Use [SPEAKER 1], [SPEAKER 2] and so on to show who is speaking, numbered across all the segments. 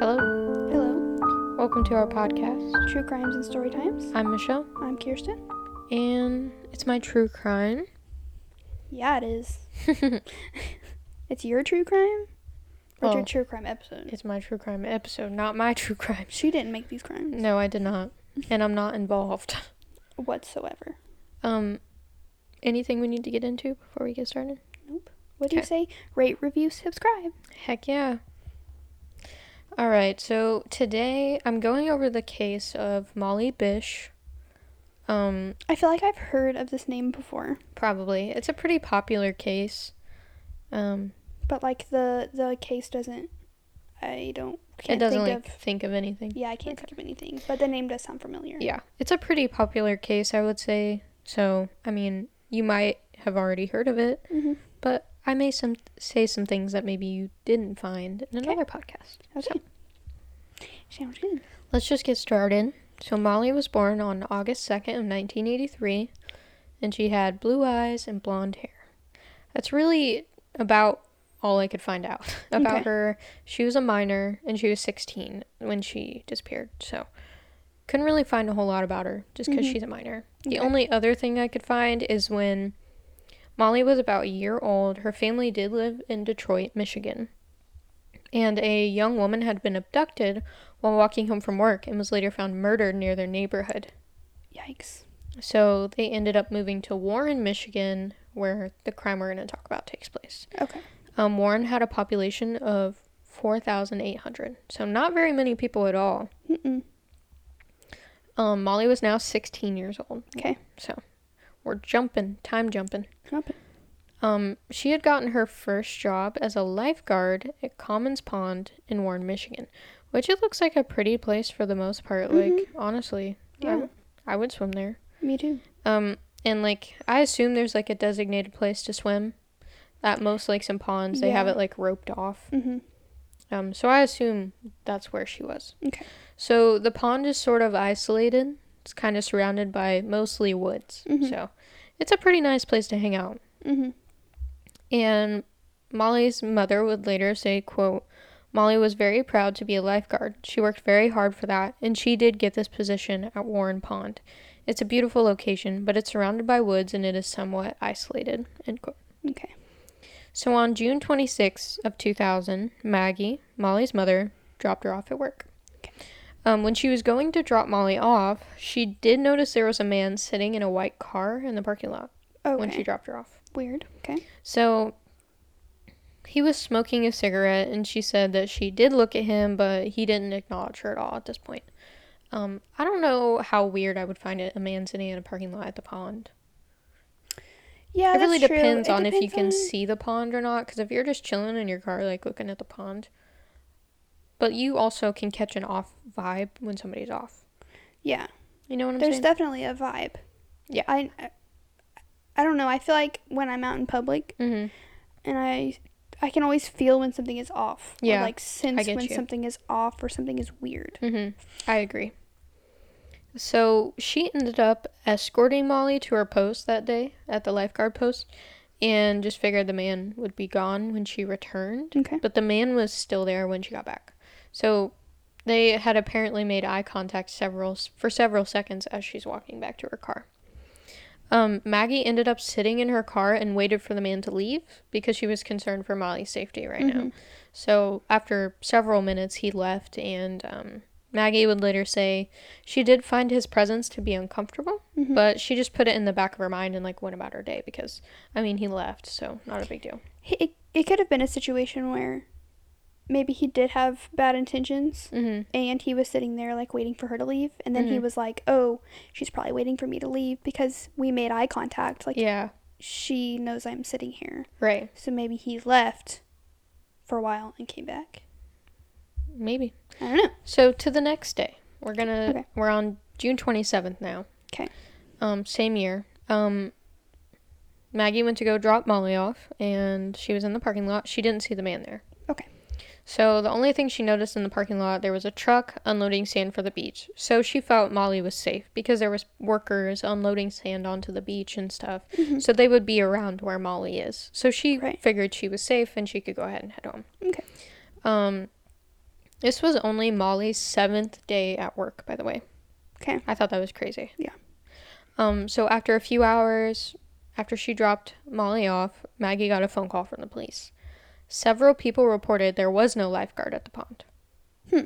[SPEAKER 1] Hello,
[SPEAKER 2] Hello.
[SPEAKER 1] welcome to our podcast.
[SPEAKER 2] True crimes and story times.
[SPEAKER 1] I'm Michelle,
[SPEAKER 2] I'm Kirsten.
[SPEAKER 1] and it's my true crime.
[SPEAKER 2] Yeah, it is.
[SPEAKER 1] it's
[SPEAKER 2] It's your true crime. Or it's
[SPEAKER 1] Oh.
[SPEAKER 2] your true crime episode.
[SPEAKER 1] my true crime episode, not my true crime.
[SPEAKER 2] She didn't make these crimes
[SPEAKER 1] No, I did not, and I'm not involved.
[SPEAKER 2] whatsoever.
[SPEAKER 1] Um, anything we need to get into before we get started?
[SPEAKER 2] What do you say? Rate, review, subscribe.
[SPEAKER 1] Heck yeah. All right, so today I'm going over the case of Molly Bish. Um,
[SPEAKER 2] I feel like I've heard of this name before,
[SPEAKER 1] probably it's a pretty popular case. Um,
[SPEAKER 2] but like the the case doesn't. I don't. Can't
[SPEAKER 1] it doesn't
[SPEAKER 2] think
[SPEAKER 1] like
[SPEAKER 2] of.
[SPEAKER 1] think of anything.
[SPEAKER 2] Yeah, I can't think of anything, but the name does sound familiar.
[SPEAKER 1] Yeah, it's a pretty popular case, I would say. So, I mean, you might have already heard of it,
[SPEAKER 2] hmm
[SPEAKER 1] but I may some say some things that maybe you didn't find in
[SPEAKER 2] Okay.
[SPEAKER 1] another podcast.
[SPEAKER 2] Okay. Sounds good.
[SPEAKER 1] Let's just get started. So, Molly was born on August 2nd of 1983, and she had blue eyes and blonde hair. That's really about all I could find out about
[SPEAKER 2] Okay.
[SPEAKER 1] her. She was a minor, and she was 16 when she disappeared, so couldn't really find a whole lot about her just because
[SPEAKER 2] Mhm.
[SPEAKER 1] she's a minor. The
[SPEAKER 2] Okay.
[SPEAKER 1] only other thing I could find is when Molly was about a year old, her family did live in Detroit, Michigan. And a young woman had been abducted while walking home from work and was later found murdered near their neighborhood.
[SPEAKER 2] Yikes.
[SPEAKER 1] So they ended up moving to Warren, Michigan, where the crime we're going to talk about takes place.
[SPEAKER 2] Okay.
[SPEAKER 1] Um, Warren had a population of 4,800, so not very many people at all.
[SPEAKER 2] Mm-mm.
[SPEAKER 1] Um, Molly was now 16 years old.
[SPEAKER 2] Okay.
[SPEAKER 1] So we're jumping, time jumping.
[SPEAKER 2] Up.
[SPEAKER 1] Um, she had gotten her first job as a lifeguard at Commons Pond in Warren, Michigan, which it looks like a pretty place for the most part. Like, honestly, I
[SPEAKER 2] Mm-hmm. Yeah.
[SPEAKER 1] w- I would swim there.
[SPEAKER 2] Me too.
[SPEAKER 1] Um, and like, I assume there's like a designated place to swim. At most lakes and ponds, they have
[SPEAKER 2] Yeah.
[SPEAKER 1] it like roped off.
[SPEAKER 2] Mm-hmm.
[SPEAKER 1] Um, so I assume that's where she was.
[SPEAKER 2] Okay.
[SPEAKER 1] So the pond is sort of isolated. It's kind of surrounded by mostly woods.
[SPEAKER 2] Mhm.
[SPEAKER 1] So it's a pretty nice place to hang out.
[SPEAKER 2] Mm-hmm.
[SPEAKER 1] And Molly's mother would later say, quote, Molly was very proud to be a lifeguard. She worked very hard for that, and she did get this position at Warren Pond. It's a beautiful location, but it's surrounded by woods and it is somewhat isolated. End quote.
[SPEAKER 2] Okay.
[SPEAKER 1] So on June 26th of 2000, Maggie, Molly's mother, dropped her off at work. Um, when she was going to drop Molly off, she did notice there was a man sitting in a white car in the parking lot
[SPEAKER 2] Okay.
[SPEAKER 1] when she dropped her off.
[SPEAKER 2] Weird. Okay.
[SPEAKER 1] So he was smoking a cigarette, and she said that she did look at him, but he didn't acknowledge her at all at this point. Um, I don't know how weird I would find it a man sitting in a parking lot at the pond.
[SPEAKER 2] Yeah,
[SPEAKER 1] it really
[SPEAKER 2] that's true.
[SPEAKER 1] depends
[SPEAKER 2] It
[SPEAKER 1] on if you
[SPEAKER 2] depends
[SPEAKER 1] can
[SPEAKER 2] on-
[SPEAKER 1] see the pond or not, because if you're just chilling in your car, like looking at the pond, but you also can catch an off vibe when somebody's off.
[SPEAKER 2] Yeah,
[SPEAKER 1] You know what I'm
[SPEAKER 2] there's
[SPEAKER 1] saying?
[SPEAKER 2] definitely a vibe.
[SPEAKER 1] Yeah.
[SPEAKER 2] I, I, I don't know. I feel like when I'm out in public,
[SPEAKER 1] mm-hmm.
[SPEAKER 2] and I, I can always feel when something is off. or,
[SPEAKER 1] Yeah,
[SPEAKER 2] like sense
[SPEAKER 1] get
[SPEAKER 2] when
[SPEAKER 1] you.
[SPEAKER 2] something is off or something is weird.
[SPEAKER 1] Mm-hmm. I agree. So she ended up escorting Molly to her post that day at the lifeguard post and just figured the man would be gone when she returned.
[SPEAKER 2] Okay.
[SPEAKER 1] But the man was still there when she got back. So they had apparently made eye contact several for several seconds as she's walking back to her car. Um, Maggie ended up sitting in her car and waited for the man to leave because she was concerned for Molly's safety right now. So after several minutes, he left, and um, Maggie would later say she did find his presence to be uncomfortable,
[SPEAKER 2] Mhm.
[SPEAKER 1] but she just put it in the back of her mind and like went about her day because, I mean, he left, so not a big deal.
[SPEAKER 2] He- It it could have been a situation where, maybe he did have bad intentions,
[SPEAKER 1] hmm
[SPEAKER 2] and he was sitting there like waiting for her to leave, and then he
[SPEAKER 1] Mhm.
[SPEAKER 2] was like, "Oh, she's probably waiting for me to leave because we made eye contact. Like
[SPEAKER 1] Yeah,
[SPEAKER 2] she knows I'm sitting here."
[SPEAKER 1] right.
[SPEAKER 2] So maybe he left for a while and came back.
[SPEAKER 1] Maybe.
[SPEAKER 2] I don't know.
[SPEAKER 1] So to the next day, we're gonna
[SPEAKER 2] Okay.
[SPEAKER 1] we're on June twenty seventh now.
[SPEAKER 2] 'Kay.
[SPEAKER 1] Um, same year. Um, Maggie went to go drop Molly off, and she was in the parking lot. She didn't see the man there.
[SPEAKER 2] Okay.
[SPEAKER 1] So the only thing she noticed in the parking lot, there was a truck unloading sand for the beach. So she felt Molly was safe because there was workers unloading sand onto the beach and stuff. So they would be around where Molly is. So she
[SPEAKER 2] Mm-hmm. Right.
[SPEAKER 1] figured she was safe and she could go ahead and head home.
[SPEAKER 2] Okay.
[SPEAKER 1] Um, this was only Molly's seventh day at work, by the way.
[SPEAKER 2] Okay.
[SPEAKER 1] I thought that was crazy.
[SPEAKER 2] Yeah.
[SPEAKER 1] Um, so after a few hours, after she dropped Molly off, Maggie got a phone call from the police. Several people reported there was no lifeguard at the pond.
[SPEAKER 2] Hmm.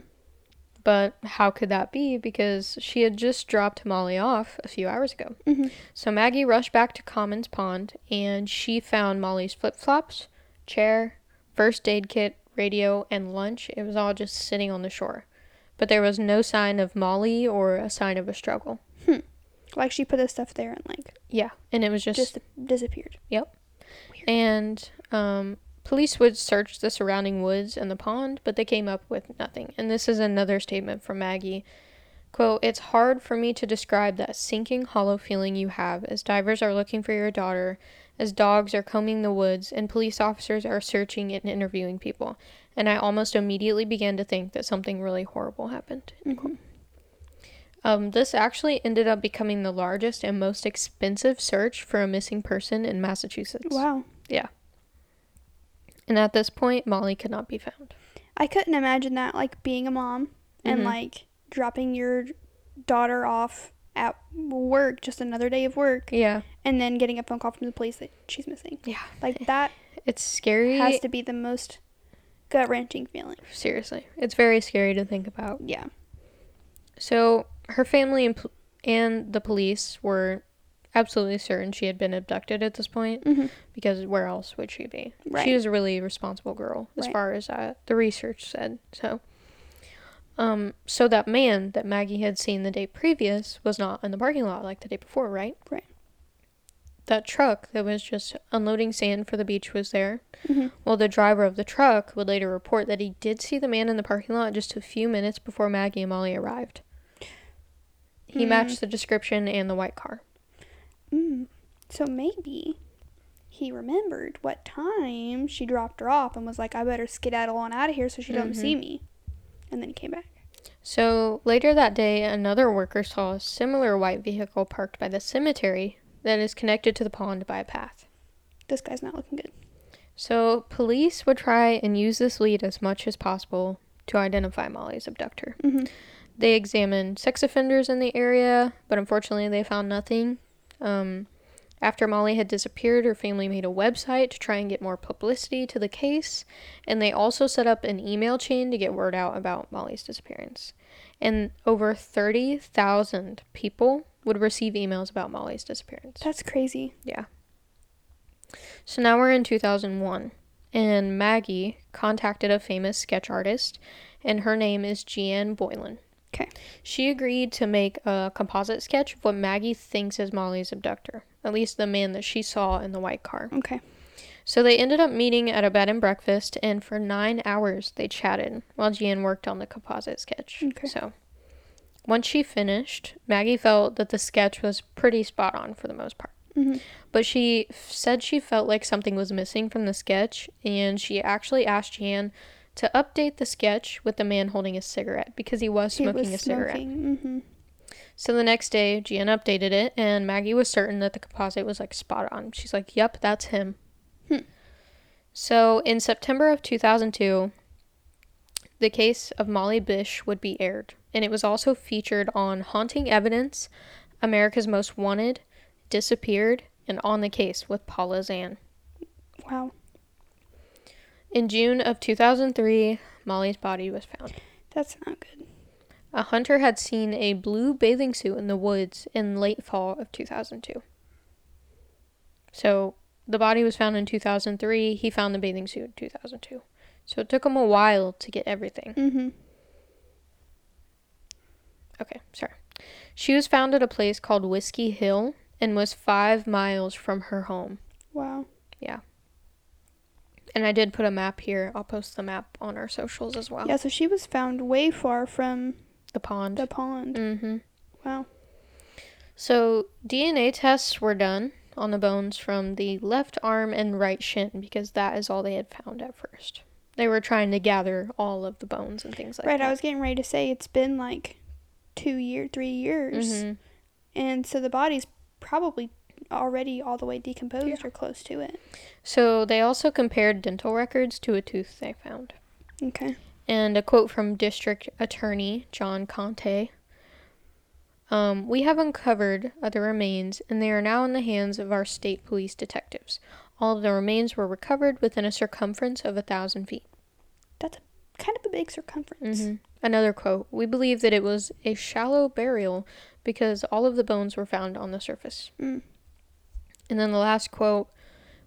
[SPEAKER 1] But how could that be? Because she had just dropped Molly off a few hours ago.
[SPEAKER 2] Mhm.
[SPEAKER 1] So Maggie rushed back to Commons Pond and she found Molly's flip flops, chair, first aid kit, radio, and lunch. It was all just sitting on the shore. But there was no sign of Molly or a sign of a struggle.
[SPEAKER 2] Like she put this stuff there and like
[SPEAKER 1] Yeah. And it was just,
[SPEAKER 2] just disappeared.
[SPEAKER 1] and um, police would search the surrounding woods and the pond, but they came up with nothing. And this is another statement from Maggie. Quote, it's hard for me to describe that sinking hollow feeling you have as divers are looking for your daughter, as dogs are combing the woods, and police officers are searching and interviewing people. And I almost immediately began to think that something really horrible happened. end quote. Um, this actually ended up becoming the largest and most expensive search for a missing person in Massachusetts.
[SPEAKER 2] Wow.
[SPEAKER 1] And at this point, Molly could not be found.
[SPEAKER 2] I couldn't imagine that like being a mom and
[SPEAKER 1] Mhm.
[SPEAKER 2] like dropping your daughter off at work, just another day of work,
[SPEAKER 1] Yeah.
[SPEAKER 2] and then getting a phone call from the police that she's missing.
[SPEAKER 1] Yeah.
[SPEAKER 2] Like that
[SPEAKER 1] It's scary.
[SPEAKER 2] has to be the most gut wrenching feeling.
[SPEAKER 1] Seriously. It's very scary to think about.
[SPEAKER 2] Yeah.
[SPEAKER 1] So, her family and, pl- and the police were absolutely certain she had been abducted at this point
[SPEAKER 2] Mhm.
[SPEAKER 1] because where else would she be?
[SPEAKER 2] Right.
[SPEAKER 1] She was a really responsible girl as
[SPEAKER 2] Right.
[SPEAKER 1] far as uh, the research said. So, um, so that man that Maggie had seen the day previous was not in the parking lot like the day before, right?
[SPEAKER 2] Right.
[SPEAKER 1] That truck that was just unloading sand for the beach was there.
[SPEAKER 2] Mhm.
[SPEAKER 1] Well, the driver of the truck would later report that he did see the man in the parking lot just a few minutes before Maggie and Molly arrived. He
[SPEAKER 2] Hmm.
[SPEAKER 1] matched the description and the white car.
[SPEAKER 2] Mm. So maybe he remembered what time she dropped her off and was like, I better skedaddle on out of here so she don't
[SPEAKER 1] Mhm.
[SPEAKER 2] see me. And then he came back.
[SPEAKER 1] So later that day, another worker saw a similar white vehicle parked by the cemetery that is connected to the pond by a path.
[SPEAKER 2] This guy's not looking good.
[SPEAKER 1] So police would try and use this lead as much as possible to identify Molly's abductor.
[SPEAKER 2] Mhm.
[SPEAKER 1] They examined sex offenders in the area, but unfortunately, they found nothing. Um, after Molly had disappeared, her family made a website to try and get more publicity to the case, and they also set up an email chain to get word out about Molly's disappearance. And over 30,000 people would receive emails about Molly's disappearance.
[SPEAKER 2] That's crazy.
[SPEAKER 1] So now we're in 2001, and Maggie contacted a famous sketch artist, and her name is Jeanne Boylan.
[SPEAKER 2] 'Kay.
[SPEAKER 1] She agreed to make a composite sketch of what Maggie thinks is Molly's abductor, at least the man that she saw in the white car.
[SPEAKER 2] Okay.
[SPEAKER 1] So they ended up meeting at a bed and breakfast, and for nine hours they chatted while Jeanne worked on the composite sketch.
[SPEAKER 2] Okay.
[SPEAKER 1] So once she finished, Maggie felt that the sketch was pretty spot on for the most part
[SPEAKER 2] Mhm.
[SPEAKER 1] but she f- said she felt like something was missing from the sketch, and she actually asked Jan to update the sketch with the man holding a cigarette because he was smoking a cigarette.
[SPEAKER 2] hmm
[SPEAKER 1] So the next day, Jan updated it, and Maggie was certain that the composite was like spot on. She's like, "Yep, that's him."
[SPEAKER 2] Hmm.
[SPEAKER 1] So in September of 2002, the case of Molly Bish would be aired, and it was also featured on Haunting Evidence, America's Most Wanted, Disappeared, and On the Case with Paula Zan.
[SPEAKER 2] Wow.
[SPEAKER 1] In June of 2003, Molly's body was found.
[SPEAKER 2] That's not good.
[SPEAKER 1] A hunter had seen a blue bathing suit in the woods in late fall of 2002. So the body was found in 2003. He found the bathing suit in 2002. So it took him a while to get everything.
[SPEAKER 2] Mm-hmm.
[SPEAKER 1] Okay, sorry. She was found at a place called Whiskey Hill and was five miles from her home.
[SPEAKER 2] Wow.
[SPEAKER 1] And I did put a map here. I'll post the map on our socials as well.
[SPEAKER 2] Yeah, so she was found way far from
[SPEAKER 1] The pond.
[SPEAKER 2] the pond.
[SPEAKER 1] mm-hmm.
[SPEAKER 2] Wow.
[SPEAKER 1] So, DNA tests were done on the bones from the left arm and right shin because that is all they had found at first. They were trying to gather all of the bones and things like
[SPEAKER 2] right,
[SPEAKER 1] that.
[SPEAKER 2] I was getting ready to say it's been like two year, three years,
[SPEAKER 1] Mhm.
[SPEAKER 2] and so the body's probably already all the way decomposed or close to it.
[SPEAKER 1] So, they also compared dental records to a tooth they found.
[SPEAKER 2] Okay.
[SPEAKER 1] And a quote from District Attorney John Conte um, We have uncovered the remains, and they are now in the hands of our state police detectives. All of the remains were recovered within a circumference of a thousand feet.
[SPEAKER 2] That's a, kind of a big circumference.
[SPEAKER 1] Mhm. Another quote We believe that it was a shallow burial because all of the bones were found on the surface.
[SPEAKER 2] Mm.
[SPEAKER 1] And then the last quote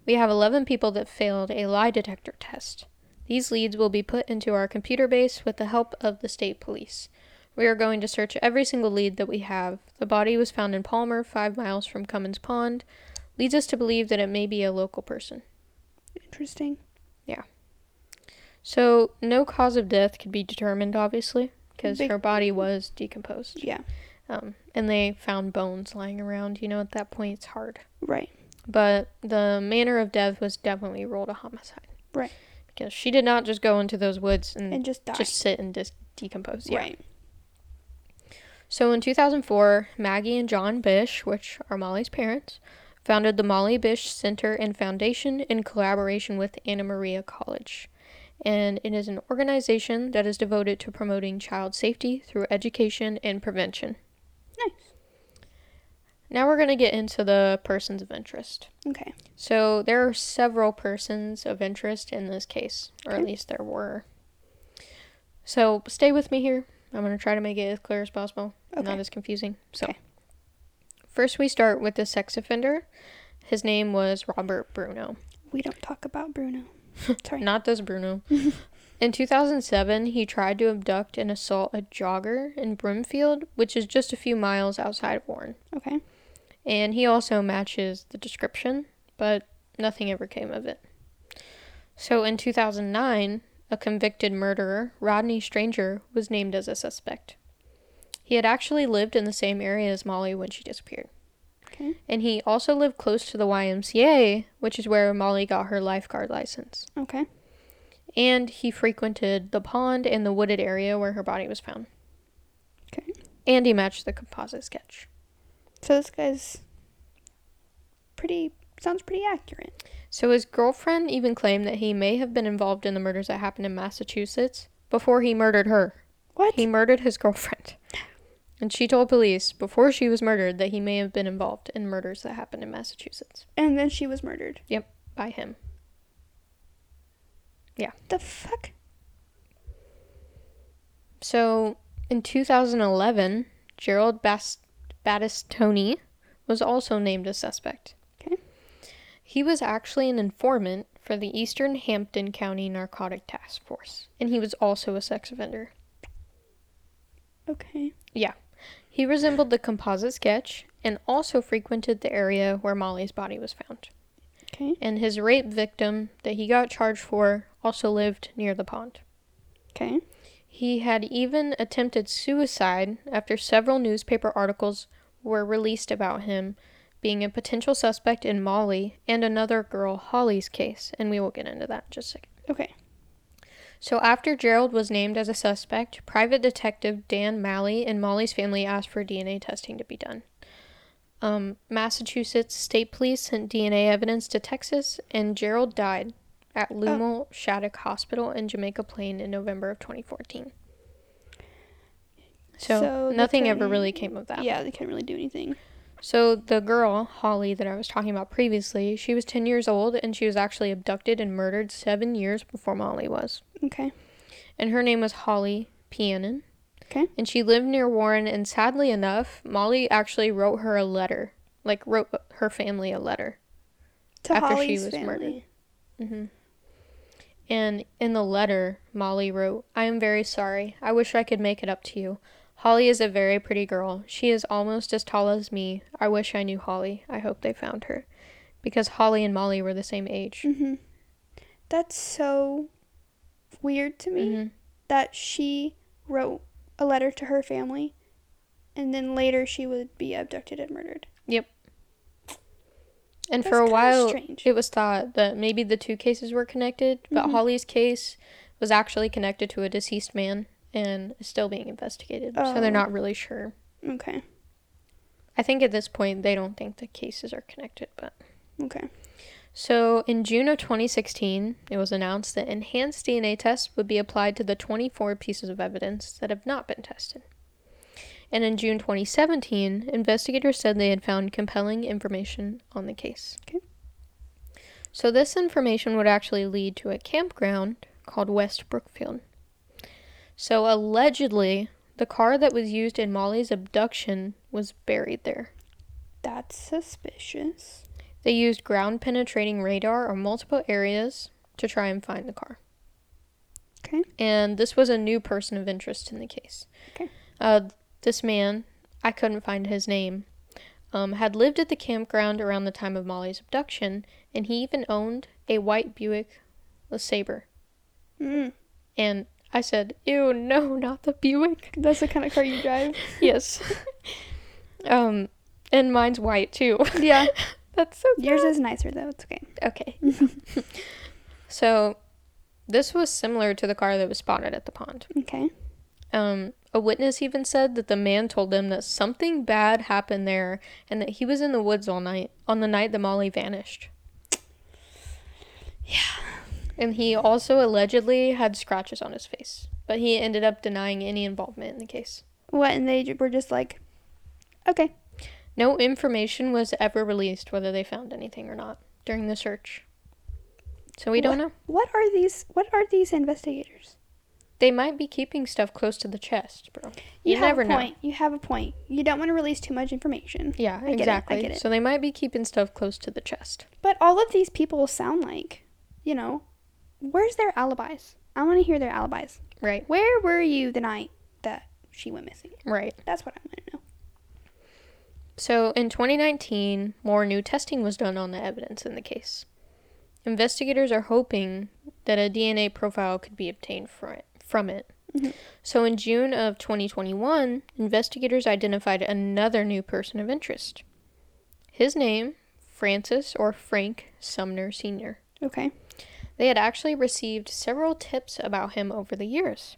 [SPEAKER 1] We have 11 people that failed a lie detector test. These leads will be put into our computer base with the help of the state police. We are going to search every single lead that we have. The body was found in Palmer, five miles from Cummins Pond. Leads us to believe that it may be a local person.
[SPEAKER 2] Interesting.
[SPEAKER 1] So, no cause of death could be determined, obviously, because
[SPEAKER 2] Big-
[SPEAKER 1] her body was decomposed.
[SPEAKER 2] Yeah.
[SPEAKER 1] Um, and they found bones lying around. You know, at that point, it's hard.
[SPEAKER 2] Right.
[SPEAKER 1] But the manner of death was definitely ruled a homicide.
[SPEAKER 2] Right.
[SPEAKER 1] Because she did not just go into those woods and,
[SPEAKER 2] And just die.
[SPEAKER 1] Mm. just sit and dis- decompose. Yeah.
[SPEAKER 2] Right.
[SPEAKER 1] So in 2004, Maggie and John Bish, which are Molly's parents, founded the Molly Bish Center and Foundation in collaboration with Anna Maria College. And it is an organization that is devoted to promoting child safety through education and prevention.
[SPEAKER 2] Nice.
[SPEAKER 1] Now we're going to get into the persons of interest.
[SPEAKER 2] Okay.
[SPEAKER 1] So there are several persons of interest in this case, or at
[SPEAKER 2] Okay.
[SPEAKER 1] least there were. So stay with me here. I'm going to try to make it as clear as possible,
[SPEAKER 2] Okay.
[SPEAKER 1] not as confusing. So,
[SPEAKER 2] Okay.
[SPEAKER 1] first we start with the sex offender. His name was Robert Bruno.
[SPEAKER 2] We don't talk about Bruno. Sorry.
[SPEAKER 1] Not this Bruno. in 2007, he tried to abduct and assault a jogger in Broomfield, which is just a few miles outside of Warren.
[SPEAKER 2] Okay.
[SPEAKER 1] And he also matches the description, but nothing ever came of it. So in 2009, a convicted murderer, Rodney Stranger, was named as a suspect. He had actually lived in the same area as Molly when she disappeared.
[SPEAKER 2] Okay.
[SPEAKER 1] And he also lived close to the YMCA, which is where Molly got her lifeguard license.
[SPEAKER 2] Okay.
[SPEAKER 1] And he frequented the pond and the wooded area where her body was found.
[SPEAKER 2] Okay.
[SPEAKER 1] And he matched the composite sketch.
[SPEAKER 2] So this guy's pretty sounds pretty accurate.
[SPEAKER 1] So his girlfriend even claimed that he may have been involved in the murders that happened in Massachusetts before he murdered her.
[SPEAKER 2] What?
[SPEAKER 1] He murdered his girlfriend. And she told police before she was murdered that he may have been involved in murders that happened in Massachusetts
[SPEAKER 2] and then she was murdered.
[SPEAKER 1] by him.
[SPEAKER 2] The fuck?
[SPEAKER 1] So in 2011, Gerald Bast- Battistoni was also named a suspect.
[SPEAKER 2] Okay.
[SPEAKER 1] He was actually an informant for the Eastern Hampton County Narcotic Task Force, and he was also a sex offender.
[SPEAKER 2] Okay.
[SPEAKER 1] He resembled the composite sketch and also frequented the area where Molly's body was found.
[SPEAKER 2] Okay.
[SPEAKER 1] And his rape victim that he got charged for also lived near the pond.
[SPEAKER 2] Okay.
[SPEAKER 1] He had even attempted suicide after several newspaper articles were released about him being a potential suspect in Molly and another girl, Holly's case, and we will get into that in just a second.
[SPEAKER 2] Okay.
[SPEAKER 1] So after Gerald was named as a suspect, private detective Dan Malley and Molly's family asked for DNA testing to be done. Um, Massachusetts State Police sent DNA evidence to Texas, and Gerald died at
[SPEAKER 2] Oh.
[SPEAKER 1] Lumel Shattuck Hospital in Jamaica Plain in November of 2014. So,
[SPEAKER 2] So the
[SPEAKER 1] nothing ever
[SPEAKER 2] thing-
[SPEAKER 1] really came of that.
[SPEAKER 2] Yeah, they couldn't really do anything.
[SPEAKER 1] So the girl, Holly, that I was talking about previously, she was 10 years old, and she was actually abducted and murdered seven years before Molly was
[SPEAKER 2] Okay.
[SPEAKER 1] and her name was Holly Pianin.
[SPEAKER 2] Okay.
[SPEAKER 1] And she lived near Warren, and sadly enough, Molly actually wrote her a letter, like wrote her family a letter.
[SPEAKER 2] To
[SPEAKER 1] After she
[SPEAKER 2] Holly's
[SPEAKER 1] was
[SPEAKER 2] family.
[SPEAKER 1] murdered. hmm And in the letter, Molly wrote, I am very sorry. I wish I could make it up to you. Holly is a very pretty girl. She is almost as tall as me. I wish I knew Holly. I hope they found her. Because Holly and Molly were the same age.
[SPEAKER 2] Mm-hmm. That's so weird to me
[SPEAKER 1] Mhm.
[SPEAKER 2] that she wrote a letter to her family and then later she would be abducted and murdered.
[SPEAKER 1] And
[SPEAKER 2] That's
[SPEAKER 1] for a
[SPEAKER 2] kinda
[SPEAKER 1] while,
[SPEAKER 2] strange.
[SPEAKER 1] it was thought that maybe the two cases were connected, but
[SPEAKER 2] Mm-hmm.
[SPEAKER 1] Holly's case was actually connected to a deceased man and is still being investigated. So
[SPEAKER 2] Oh.
[SPEAKER 1] they're not really sure.
[SPEAKER 2] Okay.
[SPEAKER 1] I think at this point they don't think the cases are connected, but
[SPEAKER 2] Okay.
[SPEAKER 1] so in June of 2016, it was announced that enhanced DNA tests would be applied to the 24 pieces of evidence that have not been tested. And in June 2017, investigators said they had found compelling information on the case.
[SPEAKER 2] Okay.
[SPEAKER 1] So this information would actually lead to a campground called West Brookfield. So allegedly, the car that was used in Molly's abduction was buried there.
[SPEAKER 2] That's suspicious.
[SPEAKER 1] They used ground penetrating radar on multiple areas to try and find the car.
[SPEAKER 2] Okay.
[SPEAKER 1] And this was a new person of interest in the case.
[SPEAKER 2] Okay.
[SPEAKER 1] Uh, this man, I couldn't find his name, um, had lived at the campground around the time of Molly's abduction, and he even owned a white Buick LeSabre.
[SPEAKER 2] Mm.
[SPEAKER 1] And I said, Ew, no, not the Buick.
[SPEAKER 2] That's the kind of car you drive.
[SPEAKER 1] yes. um, and mine's white too.
[SPEAKER 2] yeah.
[SPEAKER 1] That's so sad.
[SPEAKER 2] Yours is nicer though. It's okay.
[SPEAKER 1] Okay. so this was similar to the car that was spotted at the pond.
[SPEAKER 2] Okay.
[SPEAKER 1] Um, a witness even said that the man told them that something bad happened there and that he was in the woods all night on the night that Molly vanished. Yeah. And he also allegedly had scratches on his face, but he ended up denying any involvement in the case.
[SPEAKER 2] What? And they ju- were just like, okay.
[SPEAKER 1] No information was ever released whether they found anything or not during the search. So we don't know.
[SPEAKER 2] What are these? What are these investigators?
[SPEAKER 1] They might be keeping stuff close to the chest, bro. You,
[SPEAKER 2] have
[SPEAKER 1] never
[SPEAKER 2] a
[SPEAKER 1] know.
[SPEAKER 2] point. You have a point. You don't want to release too much information.
[SPEAKER 1] Yeah,
[SPEAKER 2] I get it, I
[SPEAKER 1] exactly.
[SPEAKER 2] get it.
[SPEAKER 1] So they might be keeping stuff close to the chest.
[SPEAKER 2] But all of these people sound like, you know, where's their alibis? I want to hear their alibis.
[SPEAKER 1] Right.
[SPEAKER 2] Where were you the night that she went missing?
[SPEAKER 1] Right.
[SPEAKER 2] That's what I want to know.
[SPEAKER 1] So in 2019, more new testing was done on the evidence in the case. Investigators are hoping that a DNA profile could be obtained fro- from it.
[SPEAKER 2] Mhm.
[SPEAKER 1] So in June of 2021, investigators identified another new person of interest. His name, Francis or Frank Sumner Sr.
[SPEAKER 2] Okay.
[SPEAKER 1] They had actually received several tips about him over the years.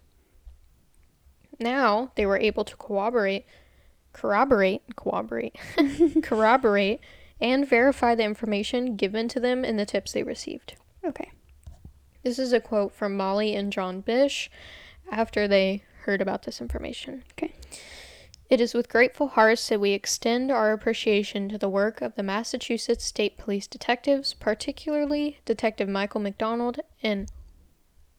[SPEAKER 1] Now they were able to corroborate, corroborate, corroborate, corroborate, and verify the information given to them in the tips they received.
[SPEAKER 2] Okay.
[SPEAKER 1] This is a quote from Molly and John Bish after they heard about this information.
[SPEAKER 2] Okay.
[SPEAKER 1] It is with grateful hearts that we extend our appreciation to the work of the Massachusetts State Police detectives, particularly Detective Michael McDonald and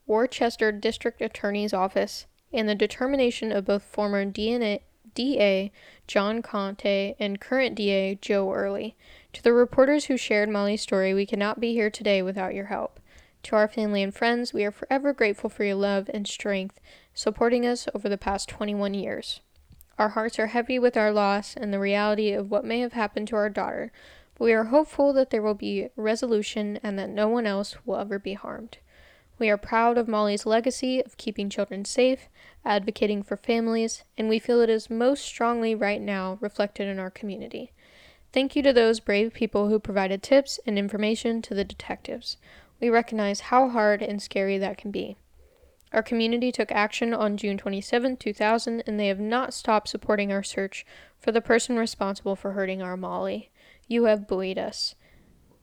[SPEAKER 1] Worcester District Attorney's Office, and the determination of both former DNA, DA John Conte and current DA Joe Early. To the reporters who shared Molly's story, we cannot be here today without your help. To our family and friends, we are forever grateful for your love and strength supporting us over the past 21 years. Our hearts are heavy with our loss and the reality of what may have happened to our daughter, but we are hopeful that there will be resolution and that no one else will ever be harmed. We are proud of Molly's legacy of keeping children safe, advocating for families, and we feel it is most strongly right now reflected in our community. Thank you to those brave people who provided tips and information to the detectives. We recognize how hard and scary that can be. Our community took action on June 27, 2000, and they have not stopped supporting our search for the person responsible for hurting our Molly. You have buoyed us.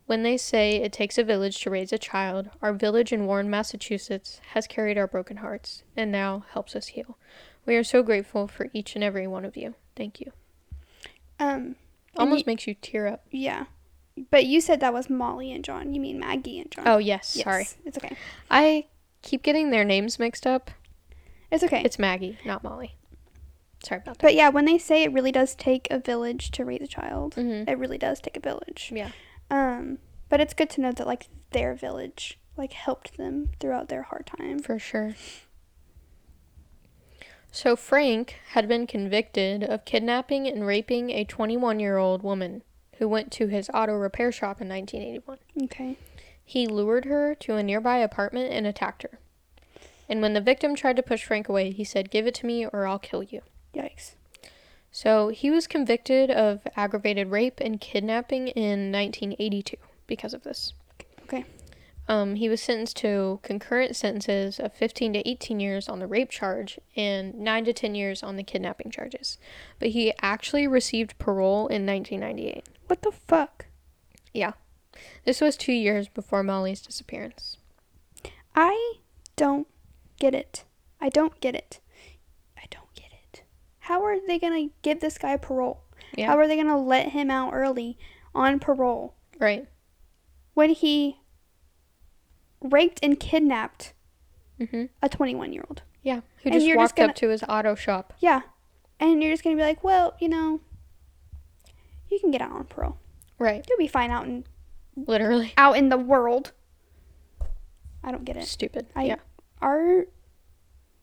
[SPEAKER 1] When they say it takes a village to raise a child, our village in Warren, Massachusetts has carried our broken hearts and now helps us heal. We are so grateful for each and every one of you. Thank you.
[SPEAKER 2] Um.
[SPEAKER 1] Almost makes you tear up.
[SPEAKER 2] Yeah. But you said that was Molly and John. You mean Maggie and John?
[SPEAKER 1] Oh, yes,
[SPEAKER 2] Yes,
[SPEAKER 1] sorry.
[SPEAKER 2] It's okay.
[SPEAKER 1] I keep getting their names mixed up.
[SPEAKER 2] It's okay.
[SPEAKER 1] It's Maggie, not Molly. Sorry about that.
[SPEAKER 2] but yeah, when they say it really does take a village to raise a child,
[SPEAKER 1] Mhm.
[SPEAKER 2] it really does take a village.
[SPEAKER 1] Yeah.
[SPEAKER 2] Um, but it's good to know that like their village like helped them throughout their hard time.
[SPEAKER 1] For sure. So Frank had been convicted of kidnapping and raping a 21-year-old woman who went to his auto repair shop in 1981.
[SPEAKER 2] Okay.
[SPEAKER 1] He lured her to a nearby apartment and attacked her. And when the victim tried to push Frank away, he said, Give it to me or I'll kill you.
[SPEAKER 2] Yikes.
[SPEAKER 1] So he was convicted of aggravated rape and kidnapping in 1982 because of this.
[SPEAKER 2] Okay.
[SPEAKER 1] Um, he was sentenced to concurrent sentences of 15 to 18 years on the rape charge and 9 to 10 years on the kidnapping charges. But he actually received parole in 1998.
[SPEAKER 2] What the fuck?
[SPEAKER 1] This was two years before Molly's disappearance.
[SPEAKER 2] I don't get it. I don't get it. I don't get it. How are they gonna give this guy parole?
[SPEAKER 1] Yeah.
[SPEAKER 2] How are they gonna let him out early on parole
[SPEAKER 1] Right.
[SPEAKER 2] when he raped and kidnapped
[SPEAKER 1] hmm
[SPEAKER 2] a 21 year old?
[SPEAKER 1] Yeah. Who
[SPEAKER 2] And
[SPEAKER 1] just
[SPEAKER 2] you're just
[SPEAKER 1] walked
[SPEAKER 2] gonna-
[SPEAKER 1] up to his auto shop.
[SPEAKER 2] Yeah. And you're just gonna be like, well, you know, you can get out on parole.
[SPEAKER 1] Right.
[SPEAKER 2] You'll be fine out in
[SPEAKER 1] Literally.
[SPEAKER 2] out in the world. I don't get it.
[SPEAKER 1] Stupid.
[SPEAKER 2] I-
[SPEAKER 1] yeah.
[SPEAKER 2] Our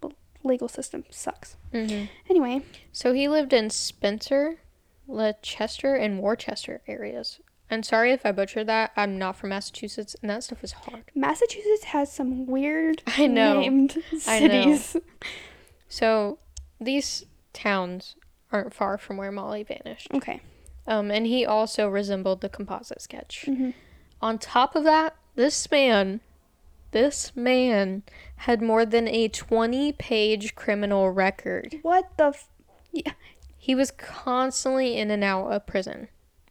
[SPEAKER 2] l- legal system sucks.
[SPEAKER 1] hmm
[SPEAKER 2] Anyway,
[SPEAKER 1] So he lived in Spencer, Leicester, and Worcester areas. And sorry if I butchered that. I'm not from Massachusetts, and that stuff is hard.
[SPEAKER 2] Massachusetts has some weird
[SPEAKER 1] I know.
[SPEAKER 2] named
[SPEAKER 1] I know.
[SPEAKER 2] cities.
[SPEAKER 1] So these towns aren't far from where Molly vanished.
[SPEAKER 2] Okay.
[SPEAKER 1] Um, and he also resembled the composite sketch.
[SPEAKER 2] Mhm.
[SPEAKER 1] On top of that, this man, this man had more than a 20 page criminal record.
[SPEAKER 2] What the? F-
[SPEAKER 1] He was constantly in and out of prison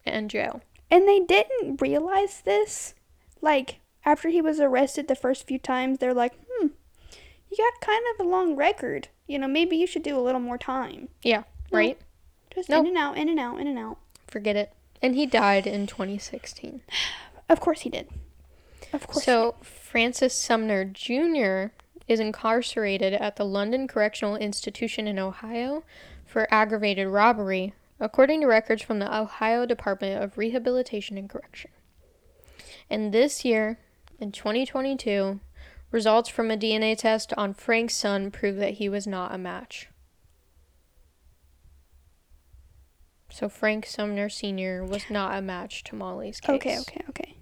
[SPEAKER 1] and jail.
[SPEAKER 2] and they didn't realize this. Like after he was arrested the first few times, they're like, "Hmm, you got kind of a long record. You know, maybe you should do a little more time.
[SPEAKER 1] Yeah, right?
[SPEAKER 2] Just
[SPEAKER 1] Nope.
[SPEAKER 2] in and out, in and out, in and out."
[SPEAKER 1] Forget it. And he died in 2016.
[SPEAKER 2] Of course he did. Of course. he
[SPEAKER 1] So Francis Sumner Jr. is incarcerated at the London Correctional Institution in Ohio for aggravated robbery, according to records from the Ohio Department of Rehabilitation and Correction. And this year, in 2022, results from a DNA test on Frank's son proved that he was not a match. So Frank Sumner Sr. was not a match to Molly's case.
[SPEAKER 2] Okay, okay, okay.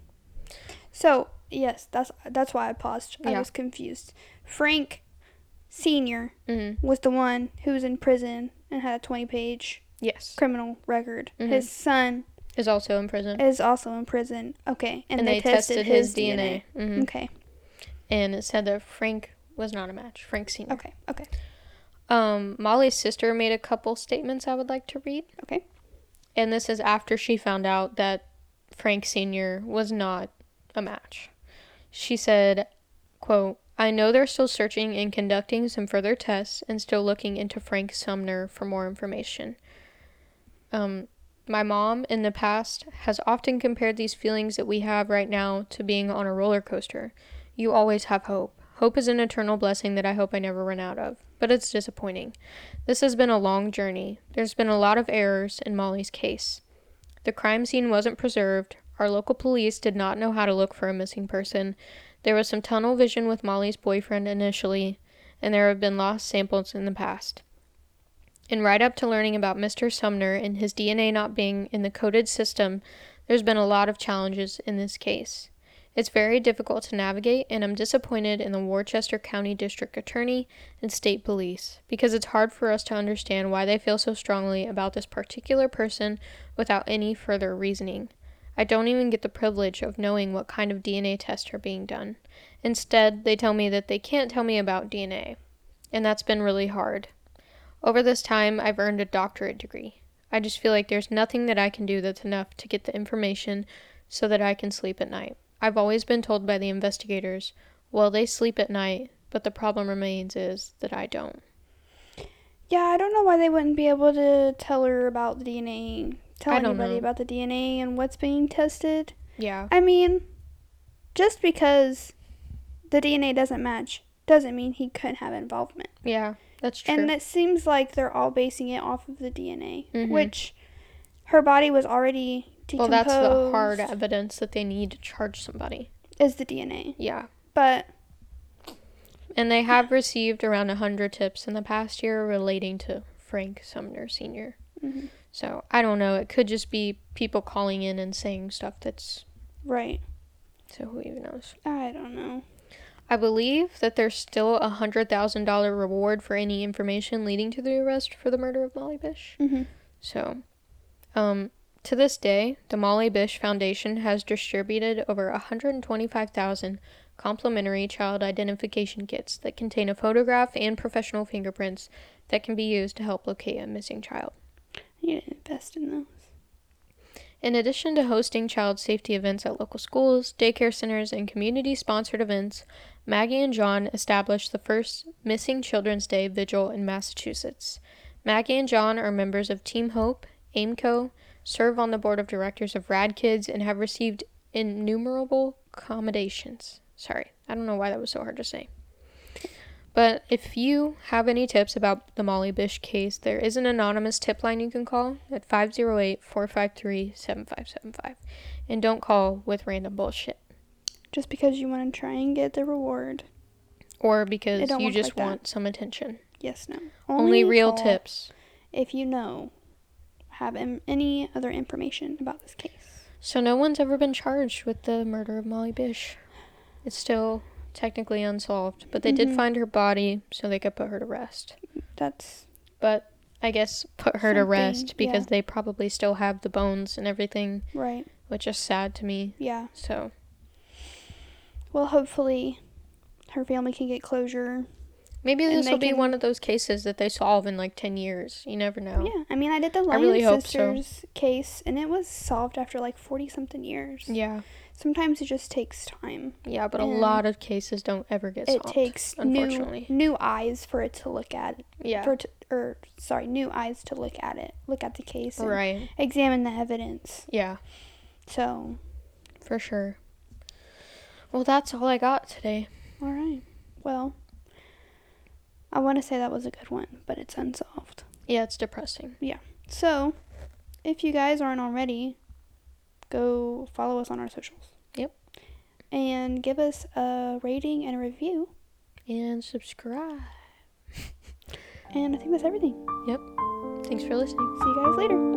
[SPEAKER 2] So yes, that's that's why I paused. I
[SPEAKER 1] Yeah.
[SPEAKER 2] was confused. Frank Senior
[SPEAKER 1] hmm
[SPEAKER 2] was the one who was in prison and had a twenty-page
[SPEAKER 1] Yes.
[SPEAKER 2] criminal record.
[SPEAKER 1] Mhm.
[SPEAKER 2] His son
[SPEAKER 1] is also in prison.
[SPEAKER 2] is also in prison. Okay, and, they, tested, his, DNA.
[SPEAKER 1] Mhm.
[SPEAKER 2] Okay,
[SPEAKER 1] And it said that Frank was not a match. Frank Sr.
[SPEAKER 2] okay, okay.
[SPEAKER 1] Um, Molly's sister made a couple statements I would like to read.
[SPEAKER 2] Okay.
[SPEAKER 1] And this is after she found out that Frank Sr. was not a match. She said, quote, I know they're still searching and conducting some further tests and still looking into Frank Sumner for more information. Um, my mom in the past has often compared these feelings that we have right now to being on a roller coaster. You always have hope. Hope is an eternal blessing that I hope I never run out of, but it's disappointing. This has been a long journey. There's been a lot of errors in Molly's case. The crime scene wasn't preserved. Our local police did not know how to look for a missing person. There was some tunnel vision with Molly's boyfriend initially, and there have been lost samples in the past. And right up to learning about Mr. Sumner and his DNA not being in the coded system, there's been a lot of challenges in this case. It's very difficult to navigate, and I'm disappointed in the Worcester County District Attorney and state police because it's hard for us to understand why they feel so strongly about this particular person without any further reasoning. I don't even get the privilege of knowing what kind of DNA tests are being done. Instead, they tell me that they can't tell me about DNA, and that's been really hard. Over this time, I've earned a doctorate degree. I just feel like there's nothing that I can do that's enough to get the information so that I can sleep at night. I've always been told by the investigators, well, they sleep at night, but the problem remains is that I don't.
[SPEAKER 2] Yeah, I don't know why they wouldn't be able to tell her about the DNA. Tell
[SPEAKER 1] I don't
[SPEAKER 2] anybody
[SPEAKER 1] know.
[SPEAKER 2] about the DNA and what's being tested.
[SPEAKER 1] Yeah.
[SPEAKER 2] I mean, just because the DNA doesn't match doesn't mean he couldn't have involvement.
[SPEAKER 1] Yeah, that's true.
[SPEAKER 2] And it seems like they're all basing it off of the DNA,
[SPEAKER 1] Mhm.
[SPEAKER 2] which her body was already
[SPEAKER 1] well,
[SPEAKER 2] decomposed.
[SPEAKER 1] that's the hard evidence that they need to charge somebody.
[SPEAKER 2] is the DNA.
[SPEAKER 1] Yeah.
[SPEAKER 2] But
[SPEAKER 1] And they have received around 100 tips in the past year relating to Frank Sumner Sr.
[SPEAKER 2] Mhm.
[SPEAKER 1] So I don't know. It could just be people calling in and saying stuff that's
[SPEAKER 2] right,
[SPEAKER 1] So who even knows?
[SPEAKER 2] I don't know.
[SPEAKER 1] I believe that there's still a hundred thousand dollar reward for any information leading to the arrest for the murder of Molly Bish.
[SPEAKER 2] Mm-hmm.
[SPEAKER 1] So, um, to this day, the Molly Bish Foundation has distributed over 125,000 complimentary child identification kits that contain a photograph and professional fingerprints that can be used to help locate a missing child.
[SPEAKER 2] You didn't invest in those.
[SPEAKER 1] In addition to hosting child safety events at local schools, daycare centers, and community sponsored events, Maggie and John established the first Missing Children's Day vigil in Massachusetts. Maggie and John are members of Team Hope, AIMCO, serve on the board of directors of Rad Kids, and have received innumerable accommodations. Sorry, I don't know why that was so hard to say. But if you have any tips about the Molly Bish case, there is an anonymous tip line you can call at 508 453 7575. And don't call with random bullshit.
[SPEAKER 2] Just because you want to try and get the reward.
[SPEAKER 1] Or
[SPEAKER 2] They
[SPEAKER 1] because
[SPEAKER 2] don't
[SPEAKER 1] you
[SPEAKER 2] work
[SPEAKER 1] just
[SPEAKER 2] like that.
[SPEAKER 1] want some attention.
[SPEAKER 2] Yes, no.
[SPEAKER 1] Only, real
[SPEAKER 2] call
[SPEAKER 1] tips.
[SPEAKER 2] If you know, have im- any other information about this case.
[SPEAKER 1] So no one's ever been charged with the murder of Molly Bish. It's still technically unsolved, but they
[SPEAKER 2] Mhm.
[SPEAKER 1] did find her body so they could put her to rest.
[SPEAKER 2] That's
[SPEAKER 1] But I guess put her to
[SPEAKER 2] Something,
[SPEAKER 1] rest because
[SPEAKER 2] yeah.
[SPEAKER 1] they probably still have the bones and everything,
[SPEAKER 2] right.
[SPEAKER 1] which is sad to me.
[SPEAKER 2] Yeah.
[SPEAKER 1] So
[SPEAKER 2] Well, hopefully her family can get closure.
[SPEAKER 1] maybe
[SPEAKER 2] And
[SPEAKER 1] this
[SPEAKER 2] they
[SPEAKER 1] will be
[SPEAKER 2] can-
[SPEAKER 1] one of those cases that they solve in like 10 years. You never know.
[SPEAKER 2] Yeah. I mean, I did the
[SPEAKER 1] I
[SPEAKER 2] Lion
[SPEAKER 1] really hope so.
[SPEAKER 2] Sisters case, and it was solved after like 40 something years.
[SPEAKER 1] Yeah.
[SPEAKER 2] Sometimes it just takes time.
[SPEAKER 1] Yeah, but
[SPEAKER 2] And
[SPEAKER 1] a lot of cases don't ever get
[SPEAKER 2] It
[SPEAKER 1] solved.
[SPEAKER 2] takes new,
[SPEAKER 1] unfortunately.
[SPEAKER 2] new eyes for it to look at.
[SPEAKER 1] yeah.
[SPEAKER 2] For it to, or, sorry, new eyes to look at it. Look at the case. and
[SPEAKER 1] right.
[SPEAKER 2] Examine the evidence.
[SPEAKER 1] Yeah,
[SPEAKER 2] So,
[SPEAKER 1] for sure. Well, that's all I got today.
[SPEAKER 2] all right. Well, I want to say that was a good one, but it's unsolved.
[SPEAKER 1] Yeah, it's depressing.
[SPEAKER 2] So, if you guys aren't already, go follow us on our socials.
[SPEAKER 1] Yep.
[SPEAKER 2] And give us a rating and a review.
[SPEAKER 1] And subscribe.
[SPEAKER 2] And I think that's everything.
[SPEAKER 1] Thanks for listening.
[SPEAKER 2] See you guys later.